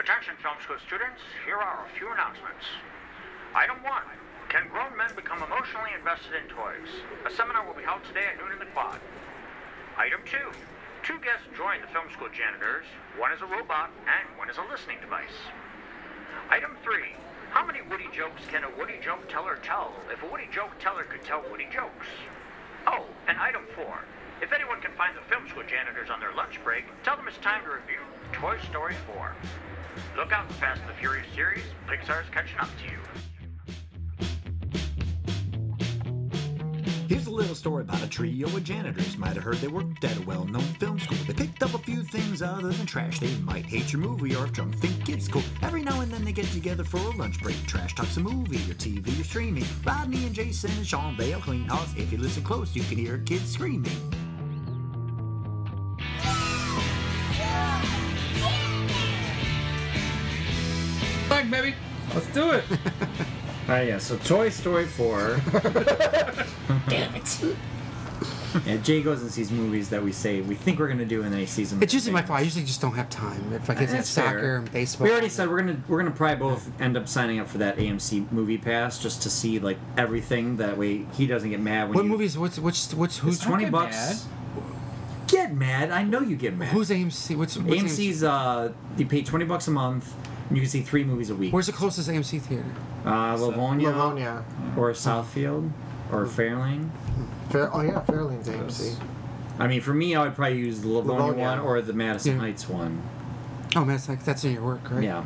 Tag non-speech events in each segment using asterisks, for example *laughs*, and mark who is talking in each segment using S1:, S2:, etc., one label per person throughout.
S1: Attention, film school students, here are a few announcements. Item one, can grown men become emotionally invested in toys? A seminar will be held today at noon in the quad. Item two, two guests join the film school janitors. One is a robot and one is a listening device. Item three, how many Woody jokes can a Woody joke teller tell if a Woody joke teller could tell Woody jokes? Oh, and item four, if anyone can find the film school janitors on their lunch break, tell them it's time to review Toy Story 4. Look out for Fast and the Furious series. Pixar's catching up to you.
S2: Here's a little story about a trio of janitors. Might have heard they worked at a well known film school. They picked up a few things other than trash. They might hate your movie or if Trump think it's cool. Every now and then they get together for a lunch break. Trash talks a movie or TV or streaming. Rodney and Jason and Sean, they'll clean house. If you listen close, you can hear kids screaming.
S3: Bang, baby. Let's do it.
S4: Ah, yeah. So Toy Story 4.
S5: *laughs* Damn it.
S4: yeah, Jay goes and sees movies that we say we think we're gonna do, and then he sees them.
S5: It's usually my fault. I usually just don't have time. If I get to
S4: That's
S5: soccer
S4: fair.
S5: and baseball.
S4: We already said we're gonna we're gonna probably both end up signing up for that AMC movie pass just to see like everything. That way he doesn't get mad when
S5: What
S4: you,
S5: movies? What's what's what's who's
S4: It's twenty
S3: get
S4: bucks. Get mad! I know you get mad.
S5: who's AMC? What's, what's
S4: AMC's? Uh, you pay twenty bucks a month. And you can see three movies a week.
S5: Where's the closest AMC theater?
S4: uh, Livonia,
S6: Livonia.
S4: or Southfield, or Fairlane?
S6: Fair, oh yeah, Fairlane's AMC.
S4: I mean, for me, I would probably use the Livonia,
S6: Livonia.
S4: one or the Madison
S5: Yeah.
S4: Heights one.
S5: Oh man, it's like that's in your work, right?
S4: Yeah.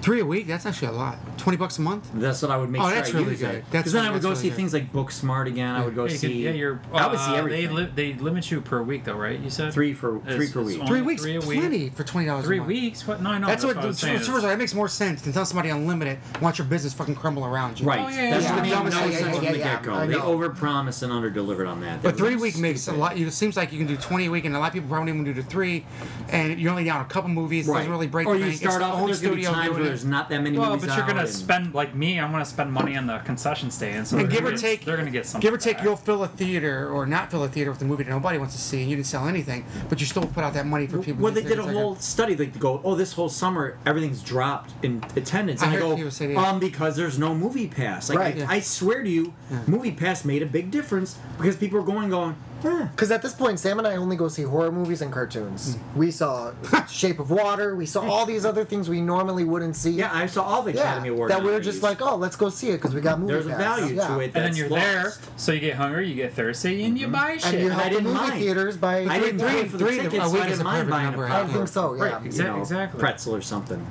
S5: Three a week. That's actually a lot. Twenty bucks a month.
S4: That's what I would make
S5: Oh,
S4: sure
S5: that's
S4: I
S5: really
S4: use
S5: good.
S4: it.
S5: That's-
S4: Because then I would
S5: that's
S4: go
S5: really
S4: see
S5: good.
S4: things like Book Smart again. I would go
S3: Yeah, you
S4: see.
S3: can- yeah, you're.
S4: I would see
S3: uh,
S4: everything.
S3: They, li- they limit you per week, though, right? You said
S4: Three for-
S3: It's-
S4: three per
S3: it's
S4: week.
S3: only
S5: Three weeks,
S3: Three a week.
S5: plenty for twenty dollars.
S3: Three
S5: a month.
S3: weeks? What? No, I know.
S5: That's, what.
S3: I'm saying.
S5: seriously, that makes more sense than tell somebody unlimited. Watch your business fucking crumble around you.
S4: right.
S3: Oh, yeah,
S4: That's
S3: yeah,
S4: what made
S6: yeah,
S4: no
S6: yeah, yeah,
S4: sense
S6: yeah,
S4: from the
S6: yeah,
S4: get go.
S6: I
S4: They
S6: know.
S4: overpromised and underdelivered on that.
S5: But
S4: They were
S5: three week makes a
S4: stupid.
S5: lot. It seems like you can do twenty a week, and a lot of people probably won't even do the three. And you're only down a couple movies.
S4: Right.
S5: Doesn't really break.
S4: or
S5: the
S4: you
S5: bank. It's
S4: start
S5: the
S4: off
S5: own
S4: and there's gonna be
S5: studio
S4: times
S5: doing
S4: where
S5: it.
S4: there's not that many
S3: Well,
S4: movies
S3: but you're
S4: out
S3: gonna
S4: and-
S3: spend like me. I'm gonna spend money on the concession stand. So
S5: And
S3: they're
S5: give or
S3: gonna-
S5: take,
S3: they're gonna get something.
S5: Give or take,
S3: back.
S5: you'll fill a theater or not fill a theater with a movie that nobody wants to see, and you didn't sell anything, but you still put out that money for people.
S4: Well,
S5: to
S4: they did a
S5: take
S4: whole study like to go, oh, this whole summer everything's dropped in attendance.
S5: I
S4: And I,
S5: heard
S4: go,
S5: people say that.
S4: um, because there's no movie pass. Like,
S6: Right.
S4: I,
S6: Yeah.
S4: I swear to you, movie pass made a big difference because people were going, going, eh.
S6: Because at this point, Sam and I only go see horror movies and cartoons.
S4: Hmm. *laughs*
S6: We saw Shape of Water. We saw all these other things we normally wouldn't see.
S4: yeah, I saw all the
S6: Yeah,
S4: Academy Awards.
S6: that we were just like, oh, let's go see it because we got movie
S4: there's a
S6: pass.
S4: value
S6: Yeah.
S4: to it. That's
S3: and then you're
S4: lost.
S3: there, so you get hungry, you get thirsty, and
S5: Mm-hmm.
S3: you buy shit.
S6: And you
S4: And I
S6: help the
S4: didn't
S6: movie
S4: mind.
S6: theaters by
S4: I didn't
S6: three-
S4: pay for the
S5: three to-
S4: tickets,
S5: a
S4: so
S5: week
S4: I
S5: is
S4: didn't
S5: a
S4: mind
S5: perfect
S4: buying a
S5: number, I
S6: I think so. Yeah.
S3: Right,
S4: you
S3: exactly.
S4: know,
S3: exactly.
S4: pretzel or something.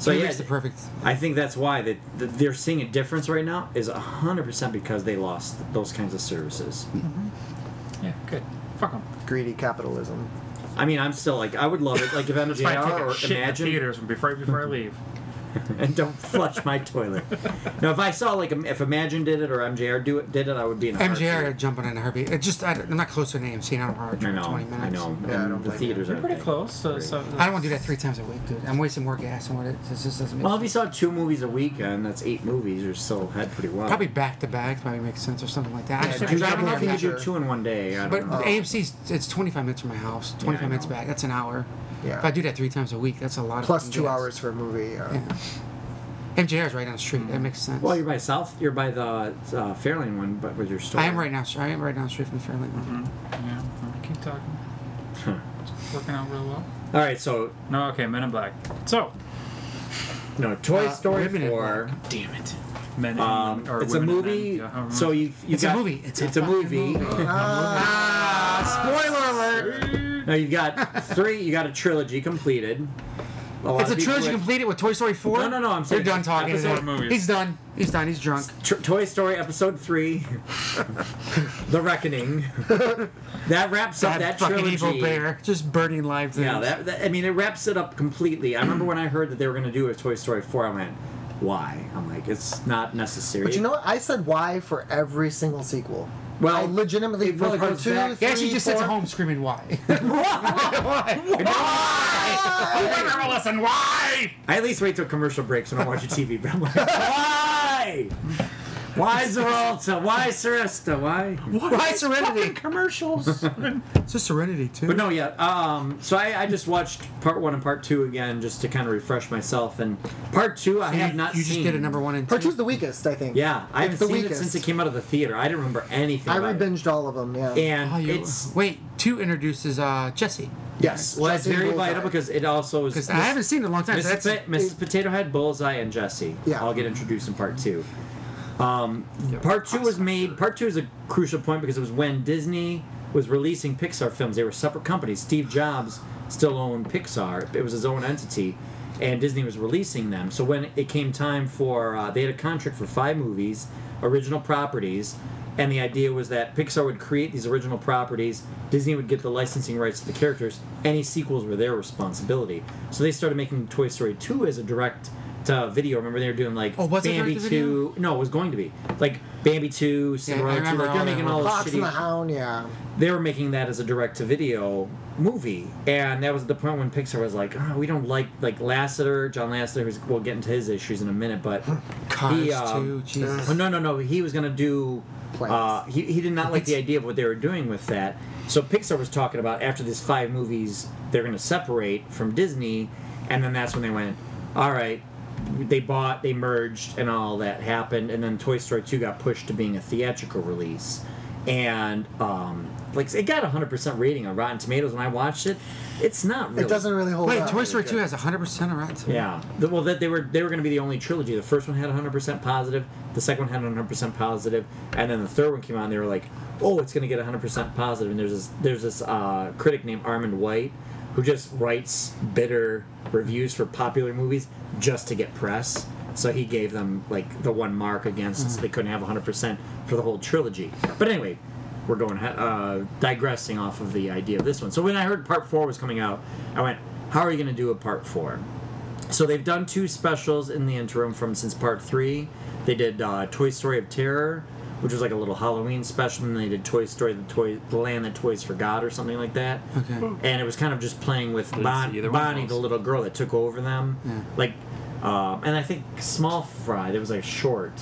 S4: So
S5: Three
S4: yeah,
S5: weeks the perfect.
S4: I think that's why that that they're seeing a difference right now is hundred percent because they lost those kinds of services.
S3: Yeah, good. Fuck them.
S6: Greedy capitalism.
S4: I mean, I'm still like, I would love it, like if MJR or
S3: shit in the
S4: Imagine
S3: theaters before before I leave.
S4: *laughs* and don't flush my toilet. Now, if I saw like um, if Imagine did it or MJR do it did it, I would be in a
S5: MJR
S4: heartbeat.
S5: jumping in a heartbeat. It just I, am not close to an AMC. I don't know.
S4: I know,
S5: Twenty minutes.
S4: I know.
S6: Yeah, I
S4: and
S6: don't
S4: the
S6: blame
S4: theaters are
S3: We're pretty close. So, so
S5: I don't want to do that three times a week, dude. I'm wasting more gas on what it, it just doesn't make.
S4: Well, if you
S5: sense.
S4: saw two movies a weekend, that's eight movies. You're still ahead pretty well.
S5: probably back to back probably makes sense or something like that. I
S4: Yeah,
S5: just-
S4: do
S5: I,
S4: you- I
S5: don't know if
S4: think
S5: you
S4: you
S5: could
S4: do two in one day. I
S5: But
S4: don't know.
S5: AMC's it's 25 minutes from my house. 25 minutes
S4: know.
S5: back. That's an hour.
S6: Yeah.
S5: If I do that three times a week, that's a lot.
S6: Plus
S5: of
S6: two
S5: gas.
S6: hours for a movie. uh, Yeah.
S5: Yeah. MJR's right down the street. That makes sense.
S4: Well, you're by South. You're by the uh, Fairlane one, but with your store.
S5: I am right now. I am right down the street from the Fairlane. one.
S3: yeah, keep
S4: *laughs*
S3: talking. It's working out real well.
S4: All right, so
S3: No, okay, Men in Black. So,
S4: no, Toy
S5: Uh,
S4: Story
S5: Women in
S4: Four.
S3: damn it, Men in
S4: Um,
S3: or
S4: it's a
S3: Women in
S4: movie.
S3: Men, yeah, however
S4: so
S3: much.
S4: you, you
S5: It's a
S4: got,
S5: movie. It's a fucking
S4: movie. *laughs*
S6: Ah, spoiler
S4: *laughs*
S6: alert!
S4: now you've got three. You got a trilogy completed. lot
S5: It's a
S4: of people
S5: trilogy
S4: like-
S5: completed with Toy Story 4.
S4: No, no, no, I'm saying
S5: You're done talking.
S4: episode
S5: today.
S3: movies.
S5: He's done. He's done. He's drunk.
S4: Tr- Toy Story Episode Three, The Reckoning. that wraps up that
S5: fucking
S4: trilogy.
S5: evil bear. Just burning live things.
S4: Yeah, that, that- I mean, it wraps it up completely. I remember when I heard that they were going to do a Toy Story 4, I went, why? I'm like, it's not necessary.
S6: But you know what? I said why for every single sequel.
S4: Well,
S6: I legitimately
S4: it really
S6: for part
S4: goes
S6: two,
S4: back-
S5: Yeah, she
S6: three,
S5: just
S6: four-
S5: sits at home screaming,
S4: *laughs*
S5: why? *laughs*
S3: never listen. Why?
S4: I at least wait till commercial breaks when I watch a TV, but I'm like, why? Why Zeralta? Why Sarista? Why?
S5: Why Serenity?
S7: fucking commercials?
S5: *laughs* It's a Serenity too.
S4: But no, yeah. Um, so I, I just watched part one and part two again just to kind of refresh myself. And part two, I
S5: you,
S4: have not
S5: you
S4: seen.
S5: just did a number one and
S6: Part
S5: two.
S6: two's the weakest, I think.
S4: Yeah, I
S6: It's
S4: haven't
S6: the
S4: seen
S6: weakest.
S4: it since it came out of the theater. I didn't remember anything.
S6: I
S4: about it.
S6: re-binged all of them. Yeah.
S4: And
S5: Oh, you-
S4: it's
S5: wait, two introduces uh, Jesse *laughs*
S4: yes, well, that's
S6: Jesse
S4: very
S6: Bullseye.
S4: vital because it also is.
S5: because I haven't seen it in a long time. so
S4: Mrs.
S5: that's
S4: Pa- Mrs. Potato Head, Bullseye, and Jesse.
S6: Yeah.
S4: all get introduced in part two. Um, part two was made. Part two is a crucial point because it was when Disney was releasing Pixar films. They were separate companies. Steve Jobs still owned Pixar. It was his own entity, and Disney was releasing them. So when it came time for, uh, they had a contract for five movies, original properties. And the idea was that Pixar would create these original properties, Disney would get the licensing rights to the characters, any sequels were their responsibility. So they started making Toy Story 2 as a direct to video. Remember they were doing like
S5: Oh, was it
S4: Bambi
S5: direct to video?
S4: 2, no, it was going to be like Bambi Two, Cinderella Two.
S5: remember
S4: Like
S5: all
S4: they're
S5: that.
S4: making all those
S6: Fox and the
S4: shitty.
S6: Hound. Yeah.
S4: They were making that as a direct-to-video movie, and that was the point when Pixar was like, oh, "We don't like like Lasseter, John Lasseter." Who's, we'll get into his issues in a minute, but
S5: Cars
S4: he, um,
S5: too. Jesus.
S4: Oh, no, no, no. He was gonna do. Uh, he, he did not like the idea of what they were doing with that. So Pixar was talking about after these five movies, they're gonna separate from Disney, and then that's when they went. All right, they bought, they merged, and all that happened, and then Toy Story two got pushed to being a theatrical release, and um, like it got a hundred percent rating on Rotten Tomatoes when I watched it. It's not really.
S6: It doesn't really hold
S5: Wait,
S6: up.
S5: Toy Story 2 has 100% of Rotten.
S4: Yeah. The- Well, that they were they were going to be the only trilogy. The first one had 100% positive. The second one had 100% positive, and then the third one came out. and They were like, "Oh, it's going to get 100% positive." And there's this there's this uh, critic named Armand White who just writes bitter reviews for popular movies just to get press. So he gave them like the one mark against, so they couldn't have 100% for the whole trilogy. But anyway, we're going uh, digressing off of the idea of this one. So when I heard part four was coming out, I went, "How are you going to do a part four? So they've done two specials in the interim from since part three. They did uh, Toy Story of Terror, which was like a little Halloween special, and they did Toy Story the Toy the Land That Toys Forgot or something like that.
S5: Okay.
S4: And it was kind of just playing with
S7: didn't
S4: Bon-
S7: see either one of
S4: Bonnie, the
S7: those.
S4: little girl that took over them. Like, um, and I think Small Fry. There was like a short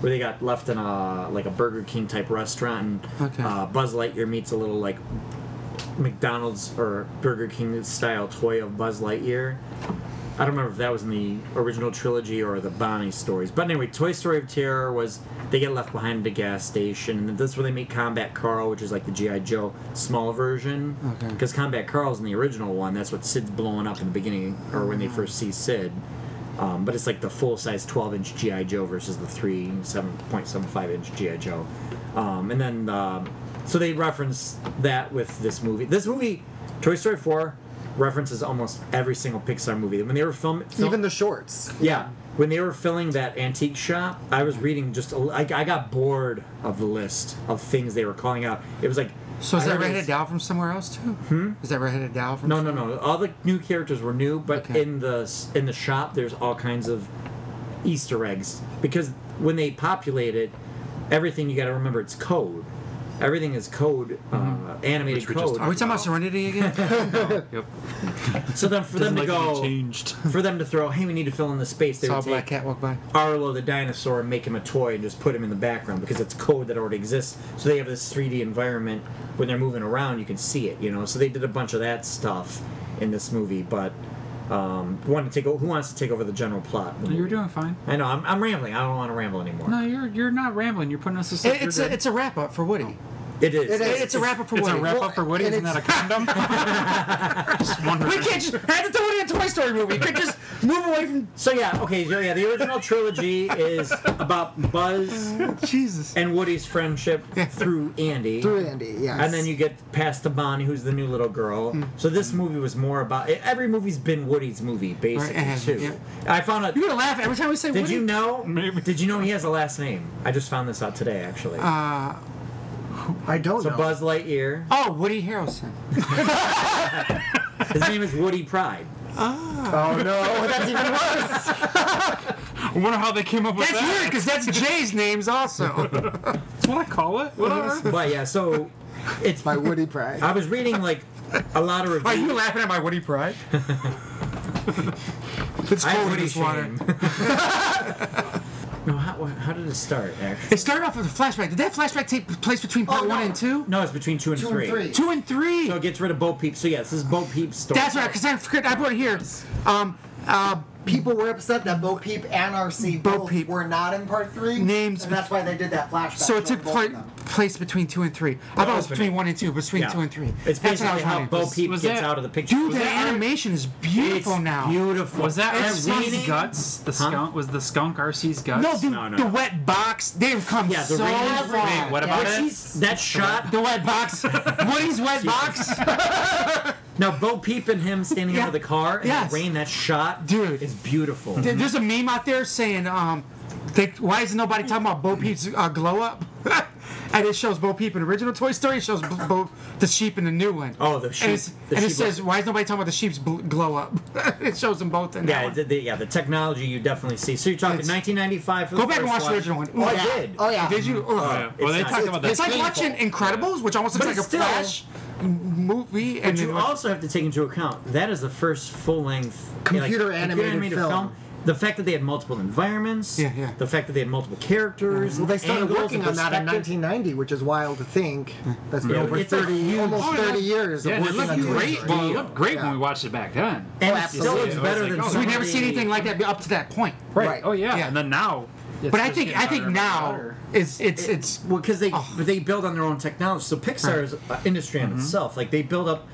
S4: where they got left in a like a Burger King type restaurant, and
S5: Okay.
S4: uh, Buzz Lightyear meets a little like McDonald's or Burger King style toy of Buzz Lightyear. I don't remember if that was in the original trilogy or the Bonnie stories. But anyway, Toy Story of Terror was they get left behind at a gas station, and that's where they meet Combat Carl, which is like the GI Joe small version.
S5: Okay.
S4: Because Combat Carl's in the original one. That's what Sid's blowing up in the beginning, or when they first see Sid. Um, but it's like the full size 12 inch GI Joe versus the three 7.75 inch GI Joe. Um, and then um so they reference that with this movie. This movie, Toy Story 4, references almost every single Pixar movie. When they were filming,
S6: Even the shorts.
S4: yeah. When they were filling that antique shop, I was reading just a, I, I got bored of the list of things they were calling out. It was like
S5: So is that
S4: I remember
S5: Redheaded
S4: this-
S5: Dow from somewhere else too? Hmm? Is that Redheaded Dow from
S4: No, no, no. All the new characters were new, but
S5: Okay.
S4: in the s- in the shop, there's all kinds of Easter eggs because when they populate it, everything you got to remember it's code. Everything is code, uh,
S5: Mm-hmm.
S4: animated
S7: Which we just
S4: code.
S5: Are we talking about Serenity *laughs* again?
S7: yep.
S4: so then for them
S7: Doesn't
S4: to
S7: like
S4: go,
S7: to be changed.
S4: for them to throw, hey, we need to fill in the space. They
S5: Saw a
S4: would take-
S5: black cat walk by.
S4: Arlo the dinosaur and make him a toy and just put him in the background because it's code that already exists. So they have this 3D environment when they're moving around, you can see it, you know. So they did a bunch of that stuff in this movie, but um, want to take o- who wants to take over the general plot?
S7: You're doing fine.
S4: I know I'm, I'm rambling. I don't want to ramble anymore.
S7: No, you're you're not rambling. You're putting us aside.
S5: It, it's a, it's a wrap up for Woody.
S4: It is.
S6: It is.
S5: It's a wrap up for
S7: It's a
S5: Woody.
S7: wrap up for Woody.
S6: and
S7: Isn't that a
S5: *laughs*
S7: condom? just wondering.
S5: We can't just have to throw it in a Toy Story movie. You could just move away from
S4: So yeah, okay, so yeah, the original trilogy is about Buzz
S5: Jesus.
S4: and Woody's friendship through Andy.
S6: Through Andy. Yes.
S4: and then you get past the Bonnie, who's the new little girl.
S5: Mm.
S4: So this movie was more about eh, every movie's been Woody's movie, basically
S5: Right,
S4: too.
S5: yeah.
S4: I found out.
S5: You're gonna laugh every time we say
S4: Did
S5: Woody.
S4: you know?
S7: Maybe.
S4: Did you know he has a last name? I just found this out today, actually.
S5: Uh,
S6: I don't
S4: so
S6: know. *laughs*
S4: Buzz Lightyear,
S5: oh, Woody Harrelson.
S4: his name is Woody Pride.
S6: oh no, that's even worse.
S7: I wonder how they came up with
S5: That's
S7: that.
S5: weird because that's Jay's names *laughs* also.
S7: That's what I call it. What on earth?
S4: But yeah, so it's.
S6: My Woody Pride.
S4: I was reading like a lot of
S5: Are
S4: reviews.
S5: you laughing at my Woody Pride? *laughs* it's
S4: I have
S5: cold in
S4: Woody
S5: this water.
S4: shame. *laughs* No, how, how did it start? Actually,
S5: It started off with a flashback. Did that flashback take place between part
S6: Oh,
S5: one
S6: no.
S5: and two?
S4: no, it's between two and
S6: Two and
S4: three.
S6: three.
S5: Two and three.
S4: So it gets rid of Bo Peep. So yes, this is Bo Peep's story.
S5: That's right, because I forgot. I brought it here. Um, uh,
S6: People were upset that Bo Peep and RC
S5: Bo
S6: both
S5: Peep.
S6: were not in part three.
S5: Names-
S6: And that's why they did that flashback.
S5: so it
S6: show
S5: took
S6: both
S5: pla-
S6: of them.
S5: place between two and three. I thought it was
S4: opening.
S5: between one and two, but between
S4: Yeah.
S5: two and three. That's
S4: It's
S5: what I
S4: basically
S5: was
S4: how
S5: wondering.
S4: Bo Peep
S7: was
S4: gets
S7: that-
S4: out of the picture.
S5: Dude,
S4: Was
S5: that,
S4: that-
S5: animation is beautiful
S4: it's
S5: now.
S4: Beautiful.
S7: Was that
S4: Every-
S7: RC's guts? The
S4: Huh?
S7: skunk was the skunk RC's guts?
S5: No, dude,
S4: No, no,
S5: the
S4: no.
S5: wet box. They've come
S4: Yeah, the
S5: so
S4: raining-
S5: far.
S7: Wait, what about
S4: Which
S7: it?
S4: he's- that shot?
S5: The wet
S4: *laughs*
S5: box. Woody's wet box.
S4: Now Bo Peep and him standing
S5: Yeah.
S4: out of the car and
S5: Yes.
S4: the rain. That shot,
S5: Dude.
S4: is beautiful.
S5: There- There's a meme out there saying, um, they, why is nobody talking about Bo Peep's uh, glow up? *laughs* and it shows Bo Peep in the original Toy Story. It shows B- Bo the sheep in the new one.
S4: Oh, the sheep-
S5: And, it's-
S4: the
S5: and it
S4: sheep
S5: says,
S4: look-
S5: why is nobody talking about the sheep's bl- glow up? *laughs* it shows them both in that
S4: Yeah,
S5: one.
S4: the, the, yeah, the technology you definitely see. So you're talking
S5: It's-
S4: 1995 for the
S5: Go back and
S4: first
S5: watch the original
S4: one.
S5: one.
S4: Oh, I
S5: Yeah.
S4: did.
S6: Oh, yeah.
S5: Did you? Oh,
S7: Yeah. Well, they
S4: It's
S7: talked
S4: not-
S7: about that.
S5: It's like watching Incredibles, which almost looks
S4: But
S5: like a
S4: it's still-
S5: Flash m- movie.
S4: But
S5: and
S4: you
S5: then-
S4: also have to take into account that is the first full length
S6: Computer animated film.
S4: The fact that they had multiple environments.
S5: Yeah, yeah.
S4: The fact that they had multiple characters.
S6: Well, they started
S4: angles,
S6: working
S4: and
S6: on that in
S4: perspectives.
S6: 1990, which is wild to think. That's been
S4: Yeah,
S6: over
S4: it's a
S6: 30,
S4: huge-
S6: almost
S7: Oh, yeah.
S6: 30 years of
S7: Yeah, it
S6: working
S7: looked
S6: on Toy
S7: great.
S6: Story.
S7: Well, it looked great
S6: Yeah.
S7: when we watched it back then.
S4: And
S6: Oh,
S4: it still
S6: absolutely.
S4: looks
S6: It was
S4: better
S7: like,
S4: than
S7: oh,
S4: some
S5: we
S4: of
S5: never
S4: the-
S5: seen anything like that up to that point.
S7: Right. Oh yeah.
S5: Yeah.
S7: And then now. it's
S5: But I
S7: just
S5: think
S7: getting
S5: I think
S7: better and
S5: now
S7: better.
S5: it's it's it's
S4: well because they
S5: Oh.
S4: they build on their own technology. So Pixar is an industry in itself. Like they build up.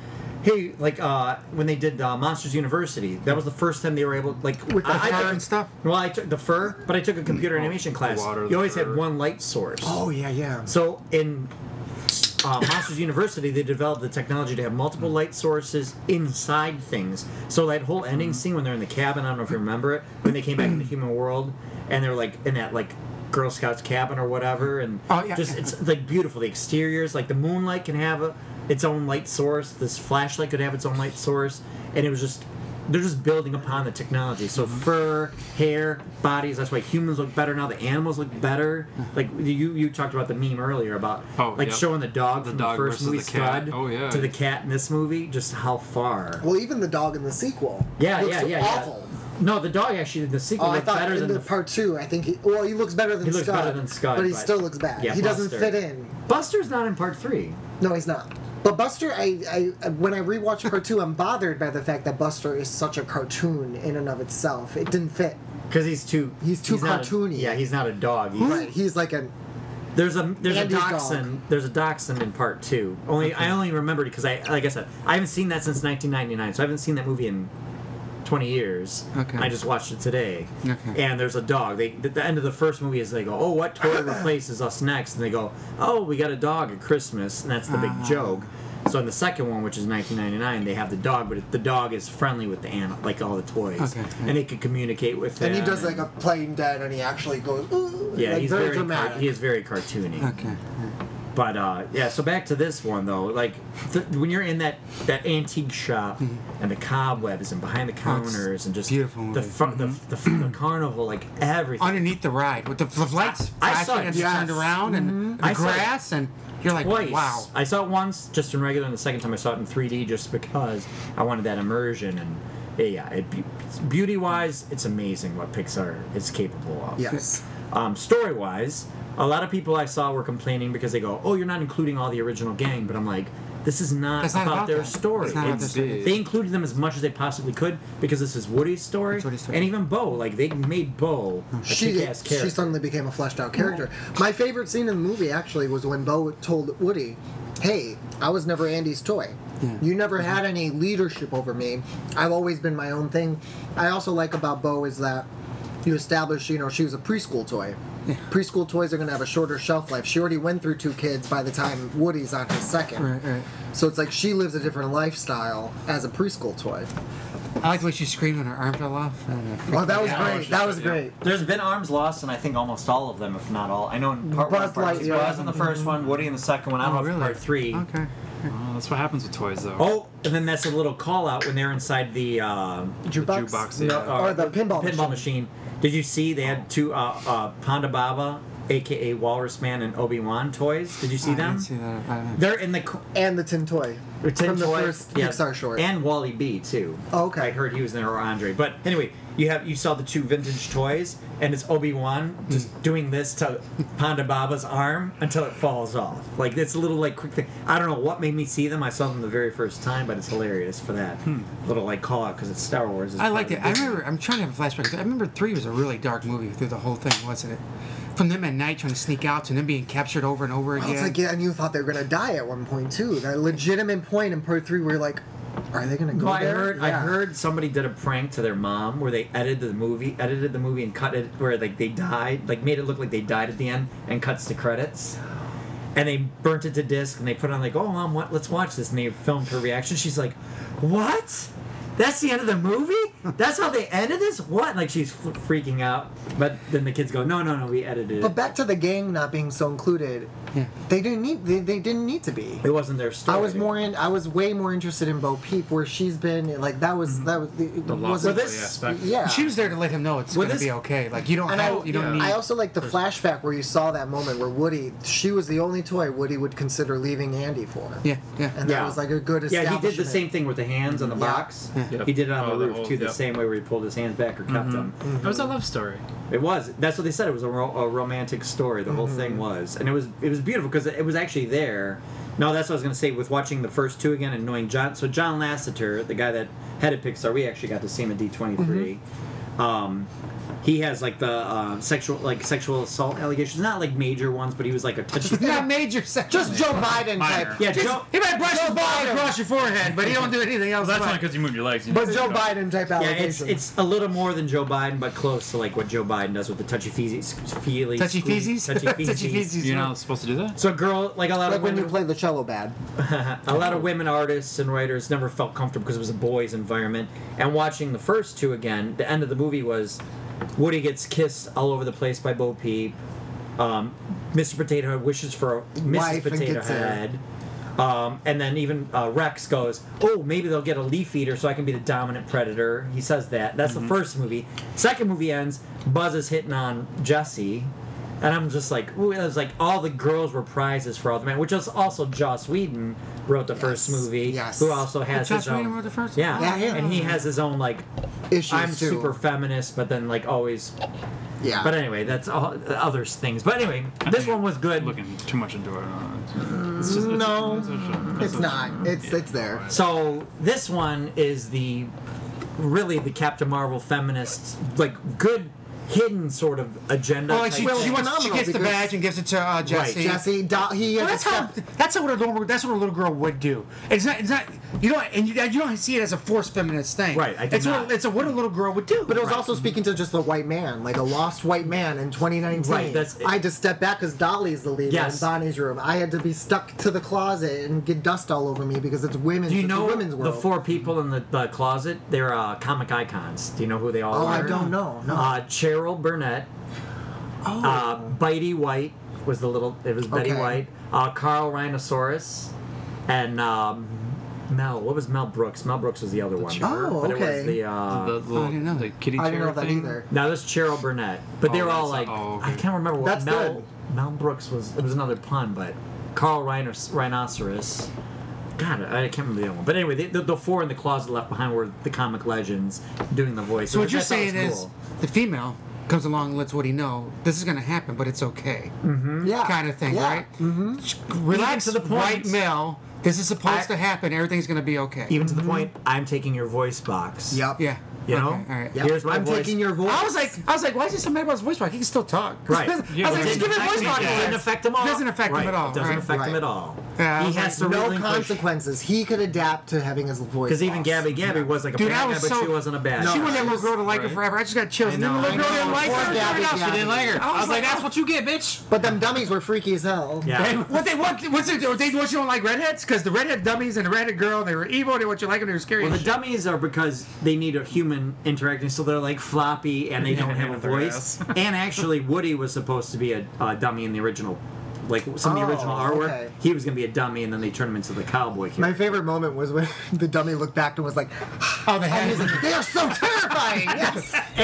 S4: Hey, like uh, when they did uh, Monsters University, that was the first time they were able like
S5: With the
S4: I- I
S5: fur
S4: took-
S5: and stuff?
S4: Well, I took the fur, but I took a computer animation class.
S7: water,
S4: you
S7: the
S4: always had
S7: fur.
S4: one light source.
S6: Oh, yeah, yeah.
S4: So in uh, Monsters University, they developed the technology to have multiple
S5: Hmm.
S4: light sources inside things. So that whole
S5: Hmm.
S4: ending scene when they're in the cabin, I don't know if you remember it, when they came back in the human world and they're like in that like Girl Scouts cabin or whatever, and
S5: Oh, yeah.
S4: just it's like beautiful. The exteriors, like the moonlight, can have a, its own light source. This flashlight could have its own light source, and it was just. They're just building upon the technology. So
S5: Hmm.
S4: fur, hair, bodies. That's why humans look better now. The animals look better.
S5: Hmm.
S4: Like you, you talked about the meme earlier about
S7: Oh,
S4: like
S7: yep.
S4: showing the dog
S7: The
S4: from
S7: dog
S4: the first
S7: versus
S4: movie
S7: the cat.
S4: Scud
S7: Oh, yeah.
S4: to the cat in this movie, just how far.
S6: Well, even the dog in the sequel.
S4: yeah,
S6: looks
S4: yeah, yeah, yeah.
S6: awful.
S4: No, the dog actually the sequel
S6: Oh, I
S4: looked
S6: thought
S4: better
S6: in
S4: than
S6: the
S4: the
S6: part two, I think he. Well, he looks better than
S4: He looks
S6: Scott,
S4: better than Scott,
S6: but he
S4: but-
S6: still looks bad.
S4: Yeah,
S6: he doesn't
S4: Buster.
S6: fit in.
S4: Buster's not in part three.
S6: No, he's not. But Buster, I, I when I rewatch part two, I'm bothered by the fact that Buster is such a cartoon in and of itself. It didn't fit.
S4: Because he's too
S6: He's too
S4: not a-
S6: cartoony.
S4: yeah, he's not a dog. He's,
S6: Right? He's like a
S4: There's a there's
S6: Andy's
S4: a
S6: dog.
S4: dachshund. There's a dachshund in part two. Only I only remembered because I like I said I haven't seen that since 1999, so I haven't seen that movie in 20 years.
S5: Okay.
S4: I just watched it today.
S5: Okay.
S4: And there's a dog. They at the end of the first movie is they go, oh, what toy
S6: *laughs*
S4: replaces us next? And they go, oh, we got a dog at Christmas, and that's the
S6: Ah.
S4: big joke. So in the second one, which is 1999, they have the dog, but the dog is friendly with the animal, like all the toys,
S5: Okay.
S4: and it can communicate with them.
S6: and he does like a plain dead, and he actually goes. Ooh,
S4: yeah,
S6: like
S4: he's
S6: very,
S4: very, car-
S6: dramatic.
S4: he is very cartoony.
S5: okay.
S4: But uh, yeah, so back to this one though. Like th- when you're in that that antique shop
S5: Mm-hmm.
S4: and the cobwebs and behind the counters and just
S5: Oh, beautiful
S4: the
S5: movie. Mm-hmm.
S4: front the, the, the carnival like everything.
S5: Underneath the ride with the, the lights
S4: I- I saw
S5: flashing
S4: it,
S5: as you
S4: yes. Mm-hmm.
S5: turned around and the
S4: I saw it
S5: grass and you're like,
S4: Twice.
S5: wow.
S4: I saw it once just in regular, and the second time I saw it in 3D just because I wanted that immersion. And yeah, yeah it, beauty wise, it's amazing what Pixar is capable of.
S6: yes.
S4: Um, story wise, a lot of people I saw were complaining because they go, "Oh, you're not including all the original gang," but I'm like, "This is not,
S5: That's not
S4: about,
S5: about
S4: their
S5: that.
S4: story.
S5: It's not about
S4: It's-
S5: their
S7: story.
S4: They included them as much as they possibly could because this is Woody's story,
S5: It's Woody's story.
S4: and even Bo. Like they made Bo a
S6: She
S4: kick-ass character.
S6: she suddenly became a fleshed out character. My favorite scene in the movie actually was when Bo told Woody, "Hey, I was never Andy's toy. You never had any leadership over me. I've always been my own thing." I also like about Bo is that you establish, you know, she was a preschool toy. Preschool toys are going to have a shorter shelf life. She already went through two kids by the time Woody's on his second.
S5: Right, right.
S6: So it's like she lives a different lifestyle as a preschool toy.
S5: I like the way she screamed when her arm fell off. And, uh,
S6: Oh, that was
S4: Yeah,
S6: great. That was great.
S4: There's been arms lost, and I think almost all of them, if not all. I know in part
S6: Buzz
S4: one, part two,
S6: Lightyear.
S4: Buzz in the first one, Woody in the second one. I don't know if part three.
S5: Oh, Okay.
S7: Oh, that's what happens with toys though.
S4: Oh, and then that's a little call out when they're inside the uh,
S6: Jukebox.
S7: jukebox,
S4: no,
S7: Yeah.
S4: uh,
S6: Or the pinball
S4: pinball machine. Did you see they had two uh, uh, Panda Baba, aka Walrus Man, and Obi Wan toys? Did you see
S5: I
S4: them?
S5: didn't see that. I don't know.
S4: They're in the co-
S6: And the tin toy.
S4: Or Tim
S6: From the
S4: Toy,
S6: first Pixar short.
S4: and Wally B too.
S6: Oh, okay.
S4: I heard he was in there or Andre. But anyway, you have you saw the two vintage toys, and it's Obi Wan
S6: Hmm.
S4: just doing this to Ponda Baba's arm until it falls off. Like it's a little like quick thing. I don't know what made me see them. I saw them the very first time, but it's hilarious for that
S6: Hmm.
S4: little like call out because it's Star Wars. It's
S5: I
S4: part
S5: liked
S4: of
S5: it.
S4: the
S5: I
S4: Disney.
S5: remember. I'm trying to have a flashback. I remember three was a really dark movie through the whole thing, wasn't it? From them at night trying to sneak out to them being captured over and over again.
S6: Well, it's like, yeah, and you thought they were going to die at one point, too. That legitimate point in part three where you're like, are they going to go
S4: No, I
S6: there?
S4: heard. I
S6: Yeah.
S4: heard somebody did a prank to their mom where they edited the movie, edited the movie, and cut it where like they died, like made it look like they died at the end, and cuts the credits. And they burnt it to disc, and they put it on like, oh mom, what? Let's watch this. And they filmed her reaction. She's like, what? That's the end of the movie? That's how they ended this? What? Like she's f- freaking out. But then the kids go, no, no, no, we edited
S6: But
S4: it.
S6: back to the gang not being so included.
S5: Yeah.
S6: They didn't need. They, they didn't need to be.
S4: It wasn't their story.
S6: I was more in. I was way more interested in Bo Peep, where she's been. Like that was
S5: Mm-hmm.
S6: that was it
S7: The lost
S6: wasn't.
S4: Well,
S7: boy
S4: this-
S7: aspect.
S6: yeah.
S5: She was there to let him know it's
S4: Well,
S5: gonna
S4: this-
S5: be okay. Like you don't
S6: And
S4: Oh,
S5: have,
S6: I,
S5: you don't
S7: yeah.
S5: need.
S6: I also like the flashback where you saw that moment where Woody, she was the only toy Woody would consider leaving Andy for.
S5: yeah, yeah.
S6: *laughs* And that
S4: Yeah.
S6: was like a good
S4: Yeah, he
S6: establishment.
S4: did the same thing with the hands on the
S6: Yeah.
S4: box.
S7: Yeah.
S4: He did it on
S7: Oh,
S4: the
S7: the
S4: roof
S7: whole-
S4: too, the
S7: yeah.
S4: same way where he pulled his hands back or kept them.
S6: Mm-hmm.
S7: It was a love story.
S4: It was. That's what they said. It was a, ro- a romantic story. The whole
S6: Mm-hmm.
S4: thing was, and it was it was beautiful because it was actually there. No, that's what I was gonna say. With watching the first two again and knowing John, so John Lasseter, the guy that headed Pixar, we actually got to see him at D twenty three.
S6: Mm-hmm.
S4: He has like the uh, sexual like sexual assault allegations, not like major ones, but he was like
S6: *laughs*
S4: a touch.
S5: It's not major sex.
S6: Just Joe Biden
S7: Minor.
S6: type.
S4: yeah,
S5: Just-
S4: Joe.
S5: he might brush the ball across your forehead, but he don't do anything else.
S7: That's
S5: but-
S7: not because you moved your legs. You
S6: But
S7: just-
S6: Joe
S7: no.
S6: Biden type
S4: Yeah, it's
S6: allegations.
S4: it's a little more than Joe Biden, but close to like what Joe Biden does with the touchy feezies, feely,
S5: touchy feezies.
S4: touchy feezies.
S7: You're not supposed to do that.
S4: So, girl, like a lot
S6: like
S4: of
S6: when
S4: women,
S6: you play the cello bad.
S4: A lot of women artists and writers never felt comfortable because it was a boys' environment. And watching the first two again, the end of the movie was Woody gets kissed all over the place by Bo Peep. Um, Mr. Potato Head wishes for a Mrs.
S6: Wife and
S4: Potato
S6: gets her.
S4: Head. Um, and then even uh, Rex goes, "Oh, maybe they'll get a leaf eater, so I can be the dominant predator." He says that. That's the
S6: Mm-hmm.
S4: first movie. Second movie ends. Buzz is hitting on Jesse, and I'm just like, "Ooh!" It was like all the girls were prizes for all the men, which is also Joss Whedon wrote the first
S6: Yes.
S4: movie,
S6: Yes.
S4: who also has
S5: Joss
S4: his own.
S5: Whedon wrote the first
S4: yeah,
S5: one?
S6: Yeah, yeah.
S4: and he has his own like,
S6: Issues
S4: I'm
S6: too.
S4: super feminist, but then like always.
S6: yeah.
S4: But anyway, that's all other things. But anyway, this one was good.
S7: Looking too much into it. uh, It's just, it's,
S6: No,
S7: it's, a-
S6: it's
S7: a-
S6: not. It's it's there.
S4: So this one is the really the Captain Marvel feminist, like good hidden sort of agenda.
S5: Well, like Oh, she,
S4: type
S5: she,
S4: thing.
S5: wants, she
S6: phenomenal
S5: gets the
S6: because-
S5: badge and gives it to uh, Jesse.
S6: Jesse, do, he
S5: Well,
S6: had
S5: that's
S6: to
S5: how.
S6: step-
S5: That's what a little. That's what a little girl would do. It's not. It's not. You don't. And you, you don't see it as a forced feminist thing.
S4: Right, I did
S5: it's
S4: not.
S5: What, it's a, what a little girl would do.
S6: But it was also speaking to just the white man, like a lost white man in 2019.
S4: Right, that's-
S6: I had to step back because Dolly's the leader
S4: Yes.
S6: in Bonnie's room. I had to be stuck to the closet and get dust all over me because it's women.
S4: Do you
S6: it's
S4: know
S6: a women's
S4: the
S6: world.
S4: four people in the, the closet? They're uh, comic icons. Do you know who they all
S6: Oh, I
S4: are?
S6: don't know, no. Oh.
S4: Uh, Cheryl Burnett. Uh, Bitey White was the little. It was Betty
S6: Okay.
S4: White. Uh, Carl Rhinoceros, and um, Mel. What was Mel Brooks? Mel Brooks was the other one.
S6: Oh,
S4: But it was
S6: okay.
S4: the. Uh,
S7: The little,
S5: didn't know
S7: the
S5: that.
S7: kitty chair
S6: I didn't know that
S7: thing.
S6: either.
S4: Now that's Cheryl Burnett, but they
S7: Oh,
S4: were all like,
S7: that's- oh, okay.
S4: I can't remember what
S6: That's
S4: Mel
S6: good.
S4: Mel Brooks was. It was another pun, but Carl Rhino- Rhinoceros. God, I can't remember the other one. But anyway, the, the, the four in the closet left behind were the comic legends doing the voice.
S5: So what
S4: which
S5: you're
S4: I thought was
S5: saying is
S4: cool.
S5: the female comes along and lets Woody know this is going to happen, but it's okay,
S6: yeah.
S5: kind of thing,
S6: yeah.
S5: right? Mm-hmm. Relax,
S4: Even to the point-
S5: white male. This is supposed
S4: I-
S5: to happen. Everything's going to be okay.
S4: even to the point, I'm taking your voice box.
S6: Yep.
S5: Mm-hmm. yeah.
S4: You know,
S5: Okay, all right.
S6: Yep.
S4: here's my
S6: I'm
S4: voice.
S6: taking your voice.
S5: I was like, I was like, why is he so mad about his voice box? He can still talk. *laughs*
S4: Right.
S5: I was
S7: Yeah,
S5: like,
S7: but
S5: just
S7: it
S5: give him a voice
S7: doesn't
S5: box.
S7: affect him.
S4: It doesn't affect
S5: Doesn't affect him
S4: him all. Right,
S5: at all,
S4: It doesn't
S5: right.
S4: affect him
S6: Right.
S4: at all.
S5: Yeah, I
S4: he
S5: was
S4: has to
S6: No
S4: relinquish-
S6: consequences. He could adapt to having his voice.
S4: Because even
S6: lost.
S4: Gabby Gabby was like a
S5: Dude, I
S4: bad guy,
S5: was
S4: but
S5: so-
S4: she wasn't a bad.
S6: No.
S5: She wanted that little
S6: Right.
S5: girl to like her forever. I just got chills. And then the
S4: know,
S5: little girl
S4: I
S5: didn't
S4: know.
S5: like
S6: Poor
S5: her.
S6: Gabby
S5: She
S6: Gabby.
S5: didn't like her. I was like, that's what you get, bitch.
S6: But them dummies were freaky as hell.
S4: Yeah.
S5: Hey, *laughs* what they what what's it, what they what you don't like redheads because the redhead dummies and the redhead girl they were evil they what you like and they were scary.
S4: Well, the
S5: *laughs* as shit.
S4: dummies are because they need a human interacting, so they're like floppy and they don't have a
S7: with their
S4: voice.
S7: ass.
S4: *laughs* and actually, Woody was supposed to be a, a dummy in the original, like some of
S6: Oh,
S4: the original artwork.
S6: okay.
S4: He was going to be a dummy, and then they turned him into the cowboy. Character.
S6: My favorite moment was when *laughs* the dummy looked back and was like, *gasps*
S5: oh the
S6: and he's
S5: head.
S6: like they are so terrifying. *laughs* Yes.
S4: *laughs*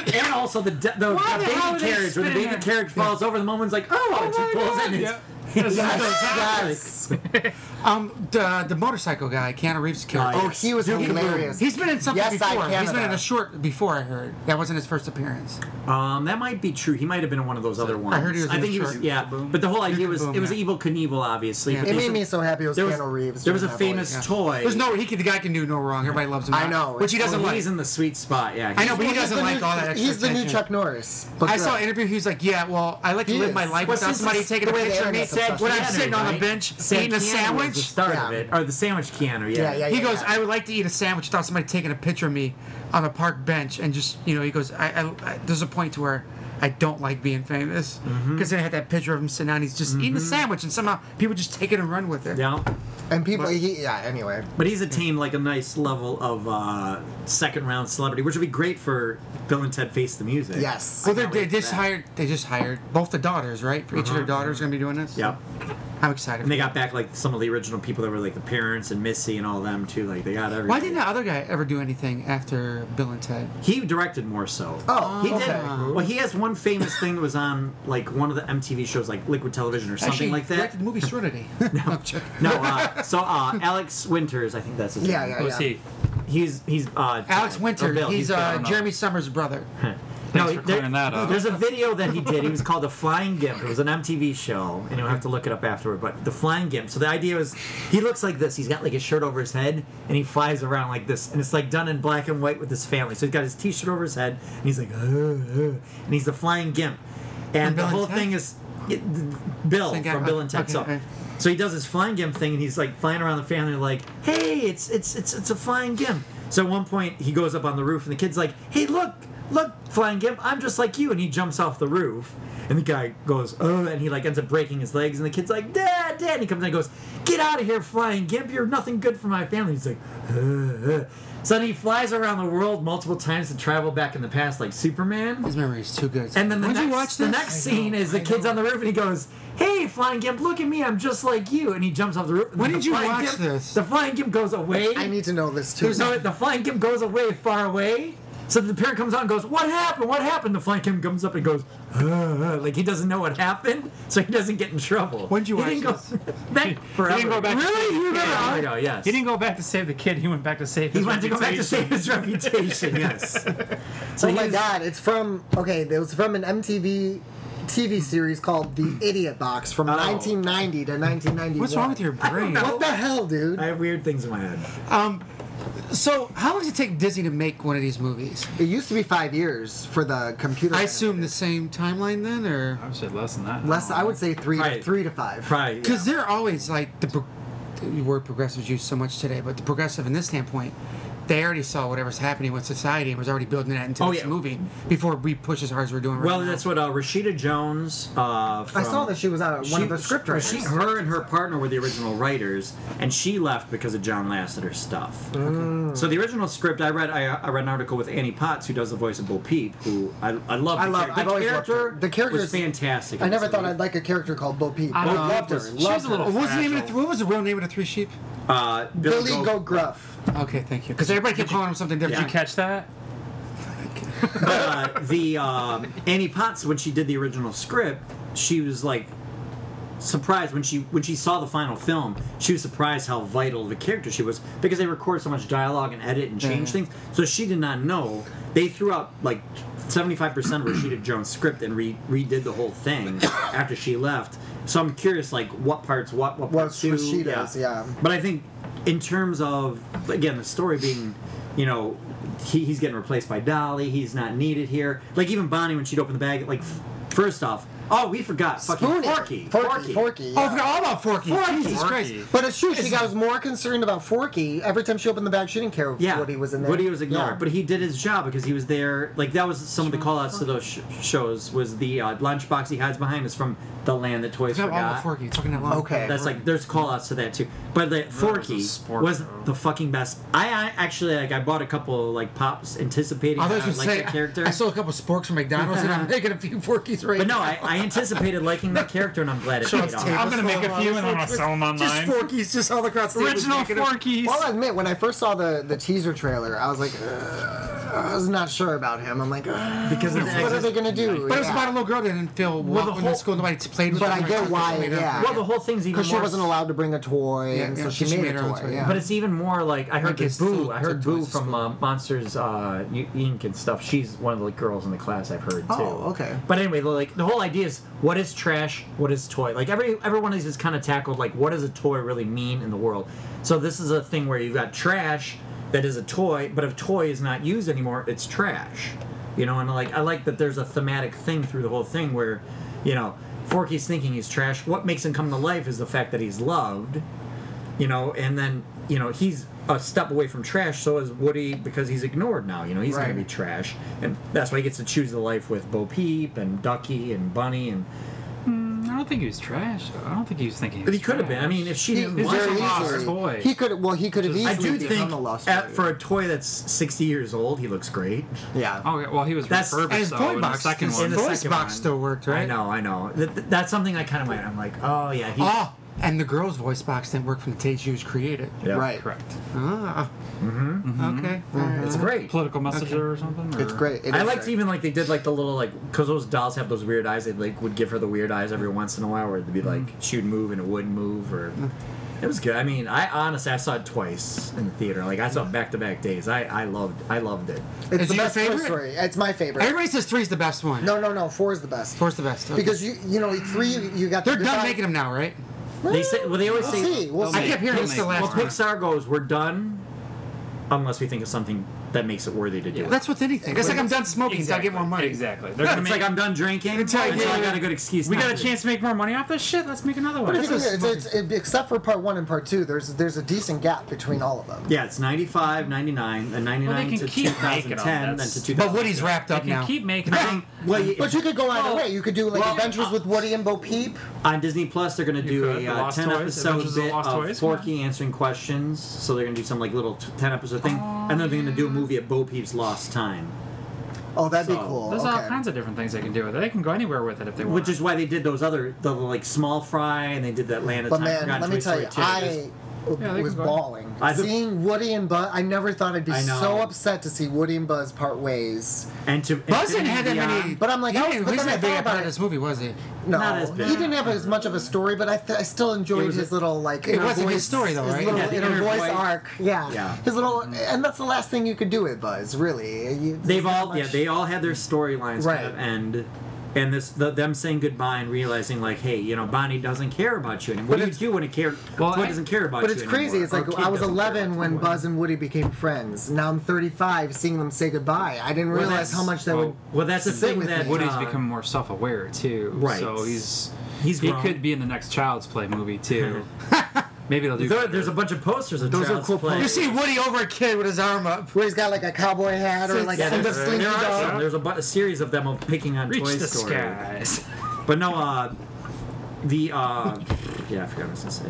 S4: and, and also the de- the, the
S5: Why the hell
S4: baby
S5: are they
S4: carriage when the
S5: spinning
S4: baby
S5: that?
S4: *laughs* carriage falls over, the woman's like, oh, and she pulls it. and it's-
S6: *laughs* yes, yes.
S5: Um, the, the motorcycle guy, Keanu Reeves' character.
S6: Oh, he was hilarious.
S5: He's been in something
S6: Yes, I
S5: before. He's been in
S6: Canada.
S5: a short before. I heard that wasn't his first appearance.
S4: Um, that might be true. He might have been in one of those other ones.
S5: heard he was in
S4: I think
S5: a
S4: he was.
S5: short-
S4: Yeah, but the whole idea was
S5: Boom,
S4: it was
S5: yeah.
S4: Evil Knievel, obviously.
S5: Yeah.
S4: But
S6: It
S4: they
S6: made
S4: said-
S6: me so happy it was
S4: there was,
S6: Keanu Reeves.
S4: There was a
S6: doing that voice,
S4: famous
S6: yeah.
S4: toy.
S5: There's no. He can, the guy can do no wrong. Everybody loves him.
S6: I know.
S5: which he doesn't
S4: Well,
S5: like.
S4: he's in the sweet spot. Yeah,
S5: I know, but he
S6: He's
S5: doesn't
S6: the
S5: like
S6: new-
S5: all that extra
S6: He's the new
S5: attention.
S6: Chuck Norris. Look
S5: I
S6: it
S5: saw
S6: up.
S5: an interview. He was like, "Yeah, well, I like to
S6: He
S5: live
S6: is.
S5: my life
S6: Well,
S5: without
S6: since
S5: somebody
S6: it's
S5: taking
S6: the
S5: a
S6: way the
S5: picture of me
S6: internet's obsessed
S5: when I'm
S6: with
S5: sitting on a
S4: right?
S5: bench
S4: Said
S5: eating a
S4: Keanu was The
S5: sandwich."
S4: start of
S6: Yeah.
S4: it, or the sandwich Keanu. Yeah,
S6: Yeah, yeah,
S5: He goes,
S6: yeah.
S5: "I would like to eat a sandwich without somebody taking a picture of me on a park bench," and just you know, he goes, "I, I, I there's a point to where." I don't like being famous because
S4: Mm-hmm.
S5: then I had that picture of him sitting down. He's just eating a sandwich, and somehow people just take it and run with it.
S4: Yeah.
S6: And people, he, yeah. Anyway,
S4: But he's attained like a nice level of uh, second round celebrity, which would be great for Bill and Ted Face the Music.
S6: yes.
S5: Well, they're, they
S4: wait for
S5: just
S4: that.
S5: hired. They just hired both the daughters, right? For each of their daughters, going to be doing this.
S4: Yep.
S5: I'm excited.
S4: And they got back like some of the original people that were like the parents and Missy and all them too. Like they got everything.
S5: Why didn't the other guy ever do anything after Bill and Ted?
S4: He directed more so.
S6: Oh,
S4: he
S6: okay.
S4: did. Well, he has one famous thing that was on like one of the MTV shows, like Liquid Television or something
S5: Actually,
S4: like that.
S5: Directed the movie
S4: *laughs*
S5: Serenity. no, I'm joking.
S4: No, uh, so uh, Alex Winters, I think that's his
S6: Yeah,
S4: name.
S6: yeah, yeah.
S7: he?
S4: He's he's uh,
S5: Alex
S4: or
S5: Winter.
S4: Bill,
S5: he's
S4: Bill.
S5: uh,
S7: no.
S5: Jeremy Summers' brother.
S4: No,
S7: Thanks for clearing that up.
S4: There's a video that he did. He was called The Flying Gimp. It was an MTV show, and you'll have to look it up afterward. But The Flying Gimp. So the idea is he looks like this. He's got like his shirt over his head, and he flies around like this. And it's like done in black and white with his family. So he's got his t shirt over his head, and he's like, "Uh, uh," and he's the Flying Gimp. And
S5: Bill
S4: the
S5: and
S4: whole
S5: Ted?
S4: thing is it, th- Bill
S5: Same guy,
S4: from Bill and Ted.
S5: okay,
S4: so.
S5: okay.
S4: So he does his flying gimp thing, and he's like flying around the family, like, "Hey, it's it's it's it's a flying gimp." So at one point, he goes up on the roof, and the kid's like, "Hey, look, look, flying gimp, I'm just like you," and he jumps off the roof, and the guy goes, "Oh," and he like ends up breaking his legs, and the kid's like, "Dad, Dad," and he comes in and goes, "Get out of here, flying gimp! You're nothing good for my family." He's like, "Uh." uh." So then he flies around the world multiple times to travel back in the past, like Superman.
S5: His memory is too good.
S4: And then the
S5: When'd
S4: next,
S5: you watch
S4: the
S5: this?
S4: next scene is the kid's on the roof and he goes, Hey, Flying Gimp, look at me. I'm just like you. And he jumps off the roof. and
S5: When
S4: the
S5: did you
S4: Flying
S5: watch
S4: Gimp-
S5: this?
S4: The Flying Gimp goes away.
S6: I need to know this too.
S4: There's no, the Flying Gimp goes away, far away. So the parent comes on and goes, What happened? What happened? The Flying Gimp comes up and goes, "Uh," Like he doesn't know what happened, so he doesn't get in trouble.
S5: When'd you
S4: he
S5: watch this?
S4: didn't Go, *laughs*
S5: *laughs*
S4: back forever.
S7: go back to
S4: Really?
S7: see
S4: You remember?
S7: the
S4: There
S7: kid.
S4: we go, yes.
S7: He didn't go back to save the kid. He went back to save.
S4: He
S7: his
S4: went to go back to save
S7: reputation.
S4: his reputation,
S5: *laughs*
S4: yes. So
S6: oh my
S4: he's- *laughs*
S6: god, it's from okay. It was from an MTV TV series called The Idiot Box from 1990 to 1991.
S5: What's wrong with your brain?
S6: What the hell, dude?
S4: I have weird things in my head.
S5: So, how long does it take Disney to make one of these movies?
S6: It used to be five years for the computer.
S5: I assume the same timeline then, or
S7: I said Oh, less than that.
S6: less. I would say three,
S4: Right.
S6: three to five.
S4: Probably. yeah.
S5: because they're always like the, pro- the word progressives used so much today, but the progressive in this standpoint, they already saw whatever's happening with society and was already building that into
S4: Oh,
S5: this
S4: yeah.
S5: movie before we push as hard as we're doing right
S4: Well,
S5: now.
S4: that's what uh, Rashida Jones. Uh, from,
S6: I saw that she was on one of the script
S4: was- she-
S6: writers.
S4: her and her partner were the original writers, and she left because of John Lasseter's stuff.
S6: Mm.
S4: So the original script, I read. I, I read an article with Annie Potts, who does the voice of Bo Peep, who I, I love.
S6: I
S4: the
S6: love-
S4: char-
S6: I've
S4: the
S6: always loved
S4: character.
S6: her. The character
S4: was
S6: is-
S4: fantastic.
S6: I
S4: in
S6: never
S4: this
S6: thought
S4: movie.
S6: I'd like a character called Bo Peep.
S7: I
S6: Bo
S7: don't know.
S6: loved her.
S7: She was
S6: loved
S7: a little
S6: her.
S5: What was the name of the
S7: Fragile.
S5: th- What was the real name of the three sheep?
S4: Uh, Bill
S6: Billy Go Gruff.
S5: Okay, thank you. Because everybody kept calling him something different.
S7: Did you catch that?
S4: uh, the um, Annie Potts when she did the original script, she was like surprised when she when she saw the final film. She was surprised how vital the character she was because they record so much dialogue and edit and change things. So she did not know. They threw out like seventy five percent of Rashida Jones' script and re- redid the whole thing *coughs* after she left. So I'm curious, like what parts what what parts
S6: Was
S4: who,
S6: Rashida's, yeah.
S4: But I think in terms of again the story being, you know, he, he's getting replaced by Dolly. He's not needed here. Like even Bonnie when she'd open the bag, like f- first off, oh we forgot fucking
S6: Spoonie.
S4: Forky,
S6: Forky. Forky.
S5: Oh, I
S6: yeah.
S5: forgot all about Forky. Jesus
S7: Forky.
S5: Christ.
S6: But it's true. She got was more concerned about Forky every time she opened the bag. She didn't care if
S4: Yeah,
S6: Woody was in there.
S4: Woody was ignored,
S6: Yeah.
S4: but he did his job because he was there. Like that was some of the call outs to those sh- shows. Was the uh, lunchbox he hides behind is from the land that toys
S5: I forgot all
S4: forgot.
S5: about Forky. It's fucking that long.
S6: Okay.
S4: That's like there's call outs to that too. But the Forky was,
S7: sport, though.
S4: the fucking best. I, I actually like I bought a couple like pops anticipating
S5: I
S4: I,
S5: was
S4: I
S5: gonna
S4: would like
S5: say, *laughs*
S4: that character.
S5: I sold a couple sporks from McDonald's and I'm making a few Forkies right
S4: But no,
S5: now. *laughs*
S4: I, I anticipated liking that character, and I'm glad it paid off.
S7: I'm gonna make a few and I'm gonna sell them
S5: Just
S7: online.
S5: Forkies, just all across the
S7: Original Forkies.
S6: Well, I'll admit, when I first saw the, the teaser trailer, I was like, "Ugh." I was not sure about him. I'm like, "Ah,
S4: because of the
S6: what are
S4: exes-
S6: they gonna do?
S5: But it was
S6: Yeah.
S5: about a little girl that didn't feel
S4: Well, the
S5: welcome in
S4: whole-
S5: school. Nobody played with
S6: But
S5: her.
S6: I get why,
S5: Made her-
S6: yeah.
S4: well, the whole thing's even
S6: because she
S4: more.
S6: wasn't allowed to bring a toy,
S5: Yeah,
S6: and
S5: yeah,
S6: so she, made, a toy. yeah.
S4: But it's even more like I heard
S5: Like
S4: this
S5: it's
S4: Boo.
S5: still-
S4: I heard
S5: it's a
S4: Boo
S5: toys
S4: from uh, Monsters uh, U- Inc. and stuff. She's one of the girls in the class I've heard too.
S6: Oh, okay.
S4: But anyway, like the whole idea is what is trash, what is toy. Like every every one of these is kind of tackled like what does a toy really mean in the world. So this is a thing where you've got trash that is a toy, but if toy is not used anymore, it's trash. You know, and like I like that there's a thematic thing through the whole thing where, you know, Forky's thinking he's trash. What makes him come to life is the fact that he's loved you know, and then you know he's a step away from trash. So is Woody because he's ignored now. You know he's
S5: Right.
S4: going to be trash, and that's why he gets to choose the life with Bo Peep and Ducky and Bunny, and
S7: I don't think he was trash. though. I don't think he was thinking.
S4: but he could have been. I mean, if she
S6: He,
S4: didn't
S7: He's
S4: want
S7: very
S4: him,
S7: easy. lost
S6: easily,
S7: toy.
S6: he could. Well, he could have
S4: I do
S6: easily become
S4: think
S6: a lost
S4: at,
S6: toy.
S4: for a toy that's sixty years old, he looks great.
S6: yeah.
S7: Oh yeah, well, he was
S4: That's-
S7: refurbished
S5: And his
S7: though,
S5: toy
S7: in
S5: box,
S7: the second
S5: his
S7: one.
S4: the
S5: voice
S4: second
S5: box
S4: one.
S5: still worked, right?
S4: I know, I know. Th- th- that's something I kind of went. I'm like, oh yeah, he,
S6: Ah,
S5: Oh, and the girl's voice box didn't work from the day she was created.
S4: yeah.
S6: right.
S7: Correct.
S5: Ah. Mm-hmm. Okay.
S4: It's great.
S7: Political messenger or something. Or?
S6: It's great. It
S4: I
S6: is
S4: liked
S6: great.
S4: even like they did like the little like because those dolls have those weird eyes. They like would give her the weird eyes every once in a while, where it'd be like she'd move and it wouldn't move. Or it was good. I mean, I honestly I saw it twice in the theater. Like I saw it back to back days. I I loved I loved it.
S6: It's
S5: Is
S6: the
S5: it your
S6: best Toy
S5: favorite?
S6: Story. It's my favorite.
S5: Everybody says three's the best one.
S6: no, no, no. Four is the best.
S5: Four's the best. Okay.
S6: because you, you know, three. You got. the
S5: they're done
S6: goodbye-
S5: making them now, right?
S4: They say well they always
S6: We'll see.
S4: say
S6: We'll
S5: I
S6: see.
S5: kept hearing
S7: They'll
S5: this the
S7: make
S5: last
S4: well
S7: more.
S5: one.
S4: Pixar goes we're done unless we think of something that makes it worthy to do. it.
S5: That's with anything. It's like I'm done smoking, so I
S7: Exactly.
S5: get more money.
S7: Exactly. They're gonna
S4: it's
S7: make.
S4: like I'm done drinking until,
S5: Until I get-
S4: I got a good excuse.
S7: we
S4: not
S7: got a
S4: to.
S7: chance to make more money off this shit. Let's make another one.
S6: It's a- it's- it's- it- except for part one and part two, there's there's a decent gap between all of them.
S4: Yeah, it's 95, 99, and 99
S7: Well, they can
S4: to
S7: keep making
S4: 2010,
S7: them.
S4: then
S7: That's-
S4: to 2000.
S5: But Woody's wrapped
S7: They
S5: up
S7: can
S5: now.
S7: keep making.
S4: I think- well, you-
S6: But you could go
S4: Oh.
S6: either
S7: Well-
S6: way. You could do like
S7: well,
S6: Adventures with Woody and Bo Peep.
S4: On Disney Plus, they're going to do
S7: could,
S4: a
S7: The
S4: uh,
S7: Lost
S4: ten
S7: Toys,
S4: episode
S7: Adventures of the
S4: bit of
S7: Lost Toys,
S4: Forky answering questions. So they're going to do some like little t- ten episode thing, and then they're going to do a movie at Bo Peep's Lost Time,
S6: Oh, that'd be
S4: So,
S6: cool.
S7: There's
S6: okay.
S7: all kinds of different things they can do with it. They can go anywhere with it if they want.
S4: which is why they did those other the like Small Fry, and they did that Land of
S6: But
S4: Time
S6: man,
S4: Forgotten
S6: let me
S4: Toy
S6: tell
S4: Story
S6: you,
S4: 2.
S6: I
S7: Yeah, they
S6: was
S7: can go.
S6: bawling.
S4: I th-
S6: Seeing Woody and Buzz, I never thought I'd be
S4: I know.
S6: so upset to see Woody and Buzz part ways.
S4: and to and
S5: Buzz
S4: to uh,
S5: didn't have that
S4: Beyond-
S5: many.
S6: But I'm like,
S5: he
S6: I was-
S5: didn't,
S6: but
S5: he
S6: then
S5: wasn't
S6: I
S5: a
S6: thought
S5: big
S6: about
S5: part
S6: it.
S5: of this movie, was he?
S6: No,
S4: Not as bad.
S6: he didn't have as much of a story, but I, th- I still enjoyed
S4: was a-
S6: his little like.
S5: It
S6: inner
S5: was a good
S6: voice-
S5: story, though,
S6: his
S5: right?
S6: Little
S4: Yeah, the
S6: inner,
S4: inner
S6: voice
S4: voice.
S6: arc, yeah.
S4: Yeah.
S6: His little, and that's the last thing you could do with Buzz, really. You-
S4: They've
S6: not
S4: all
S6: much-
S4: yeah, they all had their storylines
S6: Right.
S4: kind of end. And this, the, them saying goodbye and realizing, like, hey, you know, Bonnie doesn't care about you anymore. What do you do when a care,
S7: Well,
S4: toy
S7: I-
S4: doesn't care about
S6: But
S4: you
S6: it's crazy.
S4: anymore?
S6: It's
S4: Or
S6: like
S4: a kid
S6: I was
S4: doesn't care
S6: 11
S4: about
S6: when
S4: you
S6: Buzz and Woody became friends. Now I'm 35, seeing them say goodbye. I didn't realize
S4: that's-
S6: how much that
S7: well,
S6: would.
S4: Well, that's the
S6: Sit
S4: thing
S6: with
S4: that
S6: me.
S7: Woody's
S4: uh,
S7: become more self-aware too.
S4: Right.
S7: So he's
S4: He's
S7: he
S4: grown.
S7: could be in the next Child's Play movie too.
S4: *laughs*
S7: Maybe they'll do.
S4: There-
S7: better.
S4: there's a bunch of posters of
S6: Those are
S4: Child's
S6: cool
S4: Play.
S6: posters.
S5: You see Woody over a kid with his arm up.
S6: Where he's got like a cowboy hat or like
S4: Yeah,
S6: some
S4: there's,
S6: slinky
S4: there are
S6: dog.
S4: some. There's a, bu- a series of them of picking on
S7: reach
S4: Toy
S7: the
S4: Story.
S7: skies.
S4: But no, uh, the uh, yeah, I forgot what I was gonna say.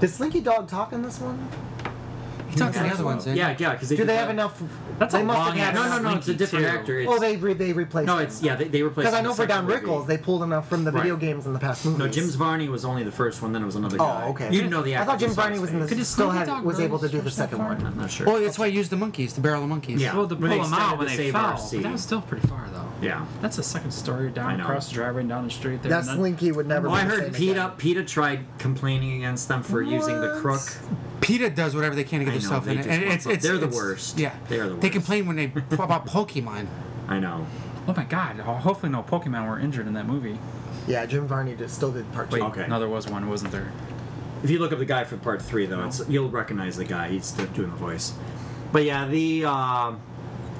S6: Does Slinky Dog talk in this one?
S5: He talked to the other ones. eh?
S4: Oh, Yeah, yeah, because they
S6: Do
S4: did
S6: they
S4: that-
S6: have enough?
S7: That's
S6: they
S7: a
S6: must
S7: long
S6: have had
S7: ass
S4: No, no, no. It's a
S7: Slinky,
S4: different
S7: too.
S4: actor. It's,
S6: Oh, they re- they replaced.
S4: no,
S6: him.
S4: it's yeah, they, they replaced.
S6: Because I
S4: him in
S6: know
S4: the
S6: for Don
S4: second movie.
S6: Rickles, they pulled enough from the video
S4: Right.
S6: games in the past movies. Oh,
S4: No, Jim's Varney was only the first one. Then it was another guy.
S6: okay.
S4: You know the
S6: I
S4: actor.
S6: thought Jim
S4: who saw
S6: Varney
S4: his
S6: was in the
S4: face.
S7: Could a
S6: still
S7: Slinky
S6: had
S7: Dog
S6: was
S7: really
S6: able to do the
S7: stretch
S6: second
S7: that far?
S6: one.
S4: I'm not sure.
S5: Well, that's why he used the monkeys, the barrel of monkeys.
S4: Yeah.
S7: *laughs* Well, to
S4: When
S7: pull
S4: they
S7: them out
S4: extended
S7: when
S4: the
S7: they
S4: save our
S7: fell. But
S4: seed.
S7: that was still pretty far though.
S4: Yeah.
S7: That's a second story
S4: I
S7: down
S4: know.
S7: across the driveway and down the street there.
S6: That
S7: and then-
S6: Slinky would never.
S4: Oh,
S6: be
S4: I
S6: the
S4: heard
S6: same
S4: PETA.
S6: again.
S4: PETA tried complaining against them for using the
S6: What?
S4: crook.
S5: PETA does whatever they can to get
S4: I know,
S5: themselves
S4: they
S5: in it.
S4: just
S5: And
S4: want
S5: it's,
S4: them.
S5: it's,
S4: They're the
S5: it's-
S4: worst.
S5: Yeah.
S4: They are the
S5: They
S4: worst.
S5: complain
S4: *laughs*
S5: when they about Pokemon.
S4: I know.
S7: Oh my god! ho- Hopefully no Pokemon were injured in that movie.
S6: Yeah, Jim Varney did, still did part two.
S7: Wait,
S4: Okay.
S7: no, there was one, wasn't there?
S4: If you look up the guy for part three, though, it's, you'll recognize the guy. He's still doing the voice. But yeah, the um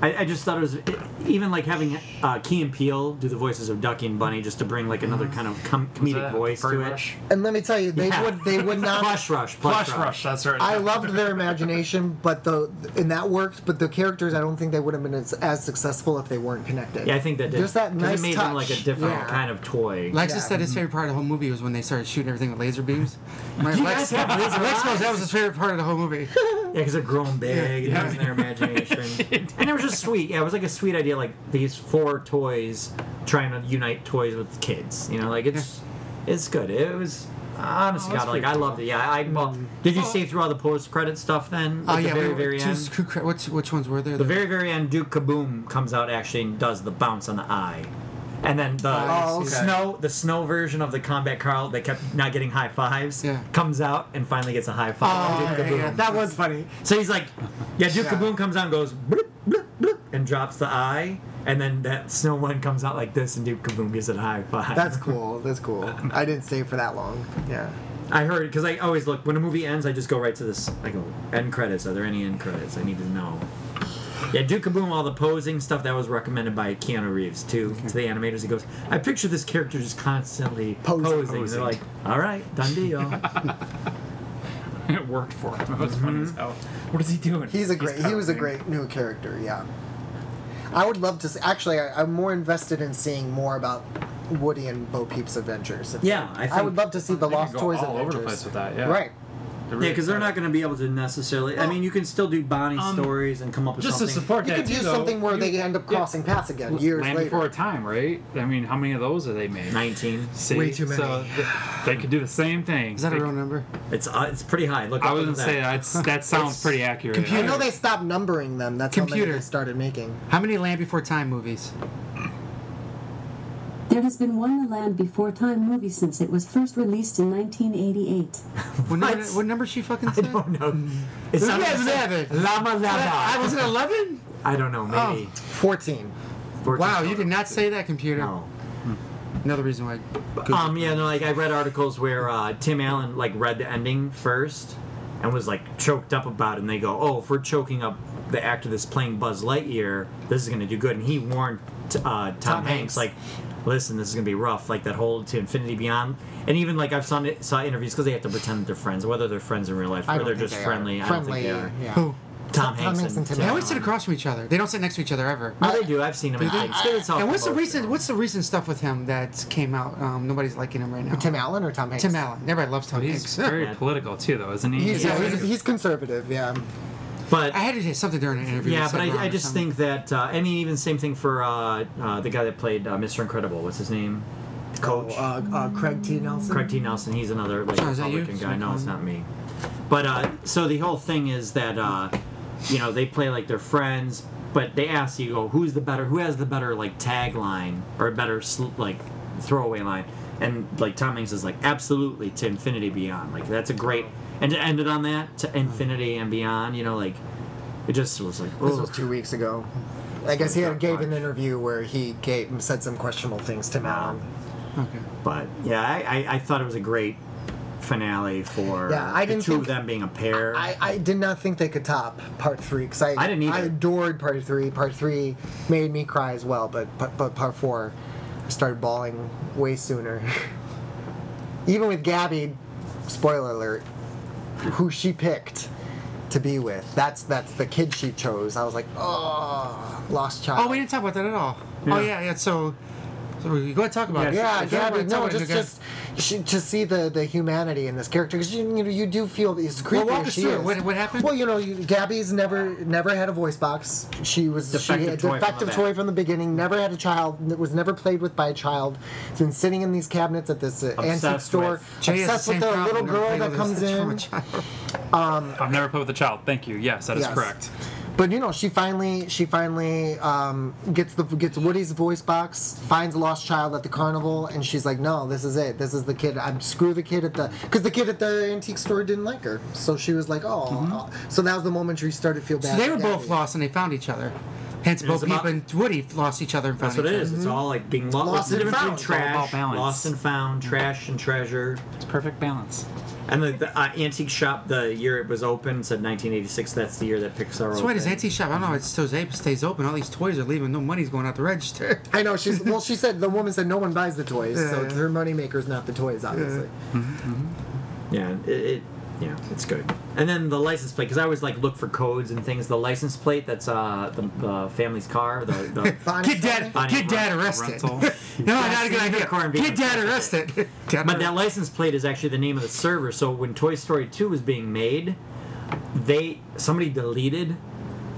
S4: I, I just thought it was even like having uh, Key and Peele do the voices of Ducky and Bunny just to bring like another kind of com-
S7: Mm. Was
S4: comedic
S7: that
S4: voice
S7: Furry
S4: to it.
S7: Rush?
S6: And let me tell you, they
S4: Yeah.
S6: would
S4: *laughs*
S6: they would not.
S4: Plush Rush, Plush,
S7: Plush Rush. That's right.
S6: I loved their imagination, but the and that worked. But the characters, I don't think they would have been as, as successful if they weren't connected.
S4: Yeah, I think that did.
S6: Just that
S4: 'cause
S6: nice
S4: it made
S6: touch.
S4: them like a different
S6: Yeah.
S4: kind of toy.
S5: Lex
S6: Yeah.
S5: just said his favorite part of the whole movie was when they started shooting everything with laser beams. My
S4: You
S5: Lex,
S4: guys have laser
S5: Lex goes,
S4: eyes?
S5: that was his favorite part of the whole *laughs* movie.
S4: Yeah, because they're grown big and using
S5: *laughs*
S4: their imagination. and it was just sweet. Yeah, it was like a sweet idea, like these four toys trying to unite toys with kids. You know, like it's it's good. It was. Honest
S3: Oh,
S4: to
S3: that's
S4: God, like
S3: pretty
S4: I
S3: cool.
S4: loved it. Yeah, I well, did you stay through all the post credit stuff then?
S5: Mm. Oh
S4: At
S5: yeah,
S4: the very
S5: we were
S4: very
S5: two
S4: end.
S5: screw cra- which which ones were there?
S4: the very very end, Duke Kaboom comes out actually and does the bounce on the eye, and then the
S5: Oh, okay.
S4: snow the snow version of the Combat Carl that kept not getting high fives
S5: Yeah.
S4: comes out and finally gets a high five.
S5: Oh,
S4: on Duke
S5: yeah,
S4: Kaboom.
S5: yeah.
S4: That was funny. So he's like, yeah, Duke
S5: Yeah.
S4: Kaboom comes out and goes bloop, bloop, bloop, and drops the eye, and then that snow one comes out like this, and Duke Kaboom gives it a high five.
S6: That's cool. That's cool. I didn't stay for that long. Yeah.
S4: *laughs* I heard because I always look when a movie ends. I just go right to this. I go end credits. Are there any end credits? I need to know. Yeah, Duke Kaboom, all the posing stuff that was recommended by Keanu Reeves too to the animators. He goes, I picture this character just constantly
S6: Posing.
S4: posing. And they're like, all right, done *laughs* deal.
S7: *laughs* it worked for him. It was
S4: Mm-hmm.
S7: funny as hell. What is he doing?
S6: He's a great. he was a
S7: coloring.
S6: great new character. Yeah. I would love to. See, actually, I, I'm more invested in seeing more about Woody and Bo Peep's adventures. If-
S4: Yeah, I
S6: I would
S4: think-
S6: love to see
S7: They
S6: the
S7: could
S6: Lost
S7: go
S6: Toys
S7: all over
S6: adventures.
S7: the place with that, yeah.
S6: Right.
S4: yeah, because they're not going to be able to necessarily. I mean, you can still do Bonnie
S7: Um,
S4: stories and come up with
S7: Just to
S4: something.
S7: support
S6: You
S7: that
S6: could
S7: too,
S6: do
S7: though,
S6: something where
S7: you-
S6: they end up
S7: yeah.
S6: crossing paths again years
S7: Land
S6: later.
S7: Before Time, right? I mean, how many of those have they made?
S4: Nineteen.
S7: See?
S6: Way too
S7: So
S6: many.
S7: th- they could do the same thing.
S5: Is that
S7: They
S5: a
S7: could-
S5: real number?
S4: It's uh, it's pretty high. Look,
S7: I
S4: up
S7: was gonna
S4: at
S7: say
S4: *laughs*
S7: that's that sounds pretty accurate.
S6: You know they stopped numbering them. That's how many
S5: Computer.
S6: they started making.
S5: How many Land Before Time movies?
S8: There has been one The Land Before Time movie since it was first released in 1988.
S5: What number,
S4: What?
S5: what number she fucking
S4: I
S5: said?
S4: don't know. It's not
S5: Yeah, it's eleven.
S4: Lama Lama.
S5: I
S4: Uh, I,
S5: was at eleven.
S4: don't know. Maybe.
S6: Oh. 14.
S4: 14.
S5: Wow, you did not say that, computer.
S4: No.
S5: Another reason why.
S4: Um, yeah, no, like I read articles where uh, Tim Allen like read the ending first and was like choked up about it, and they go, "Oh, if we're choking up the actor that's playing Buzz Lightyear, this is gonna do good." And he warned t- uh, Tom, Hanks,
S6: Hanks.
S4: like, "Listen, this is gonna be rough. Like that whole to Infinity Beyond." And even like I've saw, saw interviews because they have to pretend that they're friends, whether they're friends in real life
S6: I
S4: or
S6: don't
S4: they're
S6: think
S4: just
S6: they are.
S4: friendly.
S6: Friendly.
S4: I don't think they are.
S6: yeah.
S5: Who?
S4: Tom, Hanks,
S6: Hanks
S4: and
S6: and Tim
S4: Tim
S5: They
S6: Allen.
S5: always sit across from each other. They don't sit next to each other ever.
S4: No, they do. I've seen him. in things, but it's all
S5: and what's the
S4: promotional.
S5: recent? What's the recent stuff with him that came out? Um, nobody's liking him right now.
S6: Tim Allen or Tom Hanks?
S5: Tim Allen. Everybody loves Tom Hanks.
S7: He's very political too, though, isn't he?
S6: He's, yeah, he's, he's conservative. Yeah.
S4: But
S5: I had to say something during an interview.
S4: Yeah,
S5: that
S4: but
S5: said wrong
S4: I, I
S5: or
S4: just
S5: something.
S4: think that uh, I mean even same thing for uh, uh, the guy that played uh, Mr. Incredible. What's his name? Coach
S6: Uh, uh, Craig T. Nelson.
S4: Craig T. Nelson. He's another like
S5: Oh, is that you?
S4: Republican guy. No, it's not me. But uh, so the whole thing is that uh, you know they play like they're friends, but they ask you, "Oh, who's the better? Who has the better like tagline or a better sl- like throwaway line?" And like Tom Hanks is like, "Absolutely to infinity beyond." Like that's a great and to end it on that to infinity and beyond. You know, like it just was like
S6: This
S4: ugh.
S6: was two weeks ago. I guess
S4: Oh,
S6: he had, gave an interview where he gave said some questionable things to Malin.
S5: Okay.
S4: But yeah, I, I, I thought it was a great finale for
S6: Yeah, I
S4: the
S6: didn't
S4: two
S6: think-
S4: of them being a pair.
S6: I, I did not think they could top part three because I
S4: I didn't either.
S6: I adored part three. Part three made me cry as well, but but, but part four I started bawling way sooner. *laughs* Even with Gabby, spoiler alert, who she picked to be with. That's that's the kid she chose. I was like, oh, lost child.
S5: Oh, we didn't talk about that at all. Oh yeah, yeah. So, so we go ahead and talk about it.
S6: Yeah,
S5: If you don't
S6: Gabby.
S5: wanna talk
S6: No,
S5: about it,
S6: just
S5: you go-
S6: just she, to see the the humanity in this character because you you, know, you do feel these creepy.
S5: walk
S6: as
S5: us
S6: she
S5: through it.
S6: is.
S5: What- what happened?
S6: Well, you know, you, Gabby's never never had a voice box. She was she
S4: Defective
S6: had
S4: toy from the
S6: defective
S4: back.
S6: toy from the beginning. Never had a child. n- Was never played with by a child. Been sitting in these cabinets at this uh, antique
S4: Obsessed
S6: store,
S4: with.
S5: Jay has
S6: obsessed
S5: same
S6: with the
S5: problem.
S6: little
S5: Never
S6: girl
S5: played
S6: that
S5: with
S6: comes
S5: this *laughs* from a
S6: in.
S5: child.
S7: I've never played with a child. Thank you. Yes, that is
S6: Yes.
S7: correct.
S6: But you know, she finally she finally um, gets the gets Woody's voice box, finds a lost child at the carnival, and she's like, "No, this is it. This is the kid. I'm screw the kid at the because the kid at the antique store didn't like her, so she was like, oh. oh." So that was the moment she started to feel bad.
S5: Mm-hmm. So they
S6: for
S5: were both
S6: Gabby.
S5: lost and they found each other. Hence,
S4: was
S5: both Peep
S4: about-
S5: and Woody lost each other and found
S4: That's what
S5: each
S4: it
S5: other.
S4: is. It's all like being lost.
S6: Lost
S4: What's the
S6: and
S4: difference
S6: found.
S4: between
S6: It's all
S7: about
S4: trash,
S7: balance.
S4: lost and found, trash and treasure,
S7: It's perfect balance.
S4: and the, the uh, antique shop. The year it was open said 1986. That's the year that Pixar.
S5: So why does antique shop? I don't know. It still stays open. All these toys are leaving. No money's going out the register.
S6: I know she's well. She said the woman said no one buys the toys, so
S5: Yeah,
S6: it's
S5: yeah.
S6: her moneymaker's not the toys, obviously.
S4: Yeah, it, it yeah, it's good. And then the license plate because I always like look for codes and things. The license plate that's uh the, the family's car. The, the
S6: Bonnie-
S5: Get dad,
S4: Bonnie
S5: get dad
S4: Run-
S5: arrested.
S7: rental.
S5: *laughs* no, not a good
S4: the
S5: idea.
S4: unicorn being
S5: Get dad arrested. Dad
S4: But that
S5: arrested.
S4: license plate is actually the name of the server. So when Toy Story 2 was being made, they somebody deleted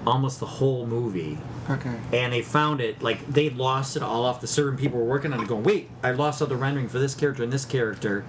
S4: almost the whole movie.
S5: Okay.
S4: And they found it like they lost it all off the server, and people were working on it, going, "Wait, I lost all the rendering for this character and this character."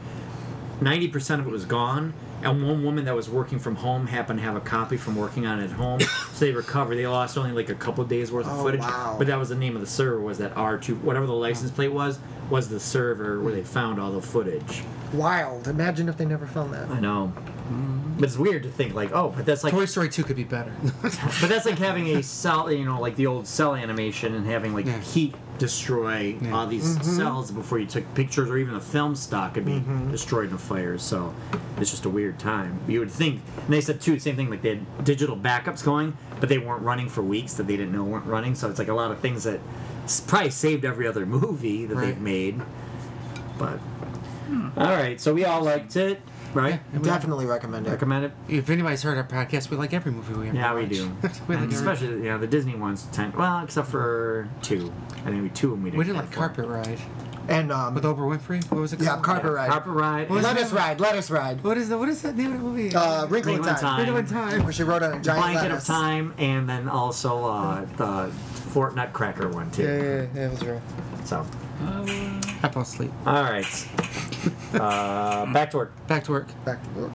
S4: Ninety percent of it was gone, and one woman that was working from home happened to have a copy from working on it at
S6: *coughs*
S4: home, so they recovered. They lost only like a couple days worth of
S6: Oh,
S4: footage,
S6: wow.
S4: but that was the name of the server was that R two whatever the license plate was was the server where they found all the footage.
S6: Wild. Imagine if they never found that.
S4: I know,
S6: Mm-hmm.
S4: but it's weird to think like oh, but that's like
S5: Toy Story 2 could be better. *laughs*
S4: but that's like having a cell, you know, like the old cell animation and having like
S5: Yeah.
S4: heat destroy
S5: Yeah.
S4: all these cells before you took pictures, or even the film stock could be destroyed in a fire. So it's just a weird time. You would think, and they said too, same thing. Like they had digital backups going, but they weren't running for weeks that they didn't know weren't running. So it's like a lot of things that s- probably saved every other *laughs* movie that
S5: Right.
S4: they've made. But all right, so we all liked it, right?
S6: Definitely recommend it.
S4: Recommend it.
S5: if anybody's heard our podcast, we like every movie we ever
S4: Yeah, we
S5: watch. *laughs* we,
S4: do. And
S5: like every-
S4: especially, yeah, the Disney ones tend. Well, except for two. I think we two of them we didn't.
S5: we didn't like
S4: care for.
S5: Carpet Ride.
S6: And um,
S5: With Oprah Winfrey? What was it
S6: yeah,
S5: called?
S6: carpet ride.
S4: Carpet ride. and
S6: Let us ride. Let us ride.
S5: What is the what is that name of the movie?
S6: Uh, Wrinkle in
S4: Wrinkle in
S6: Time.
S4: Time.
S5: Window in Time.
S6: Where she wrote on a giant
S4: Blanket of
S6: lettuce.
S4: time, and then also uh, the Fort Nutcracker one too.
S5: Yeah, yeah, yeah, it was real.
S4: So,
S5: I fall asleep. *laughs*
S4: all right. Uh, back to work.
S5: Back to work.
S6: Back to work.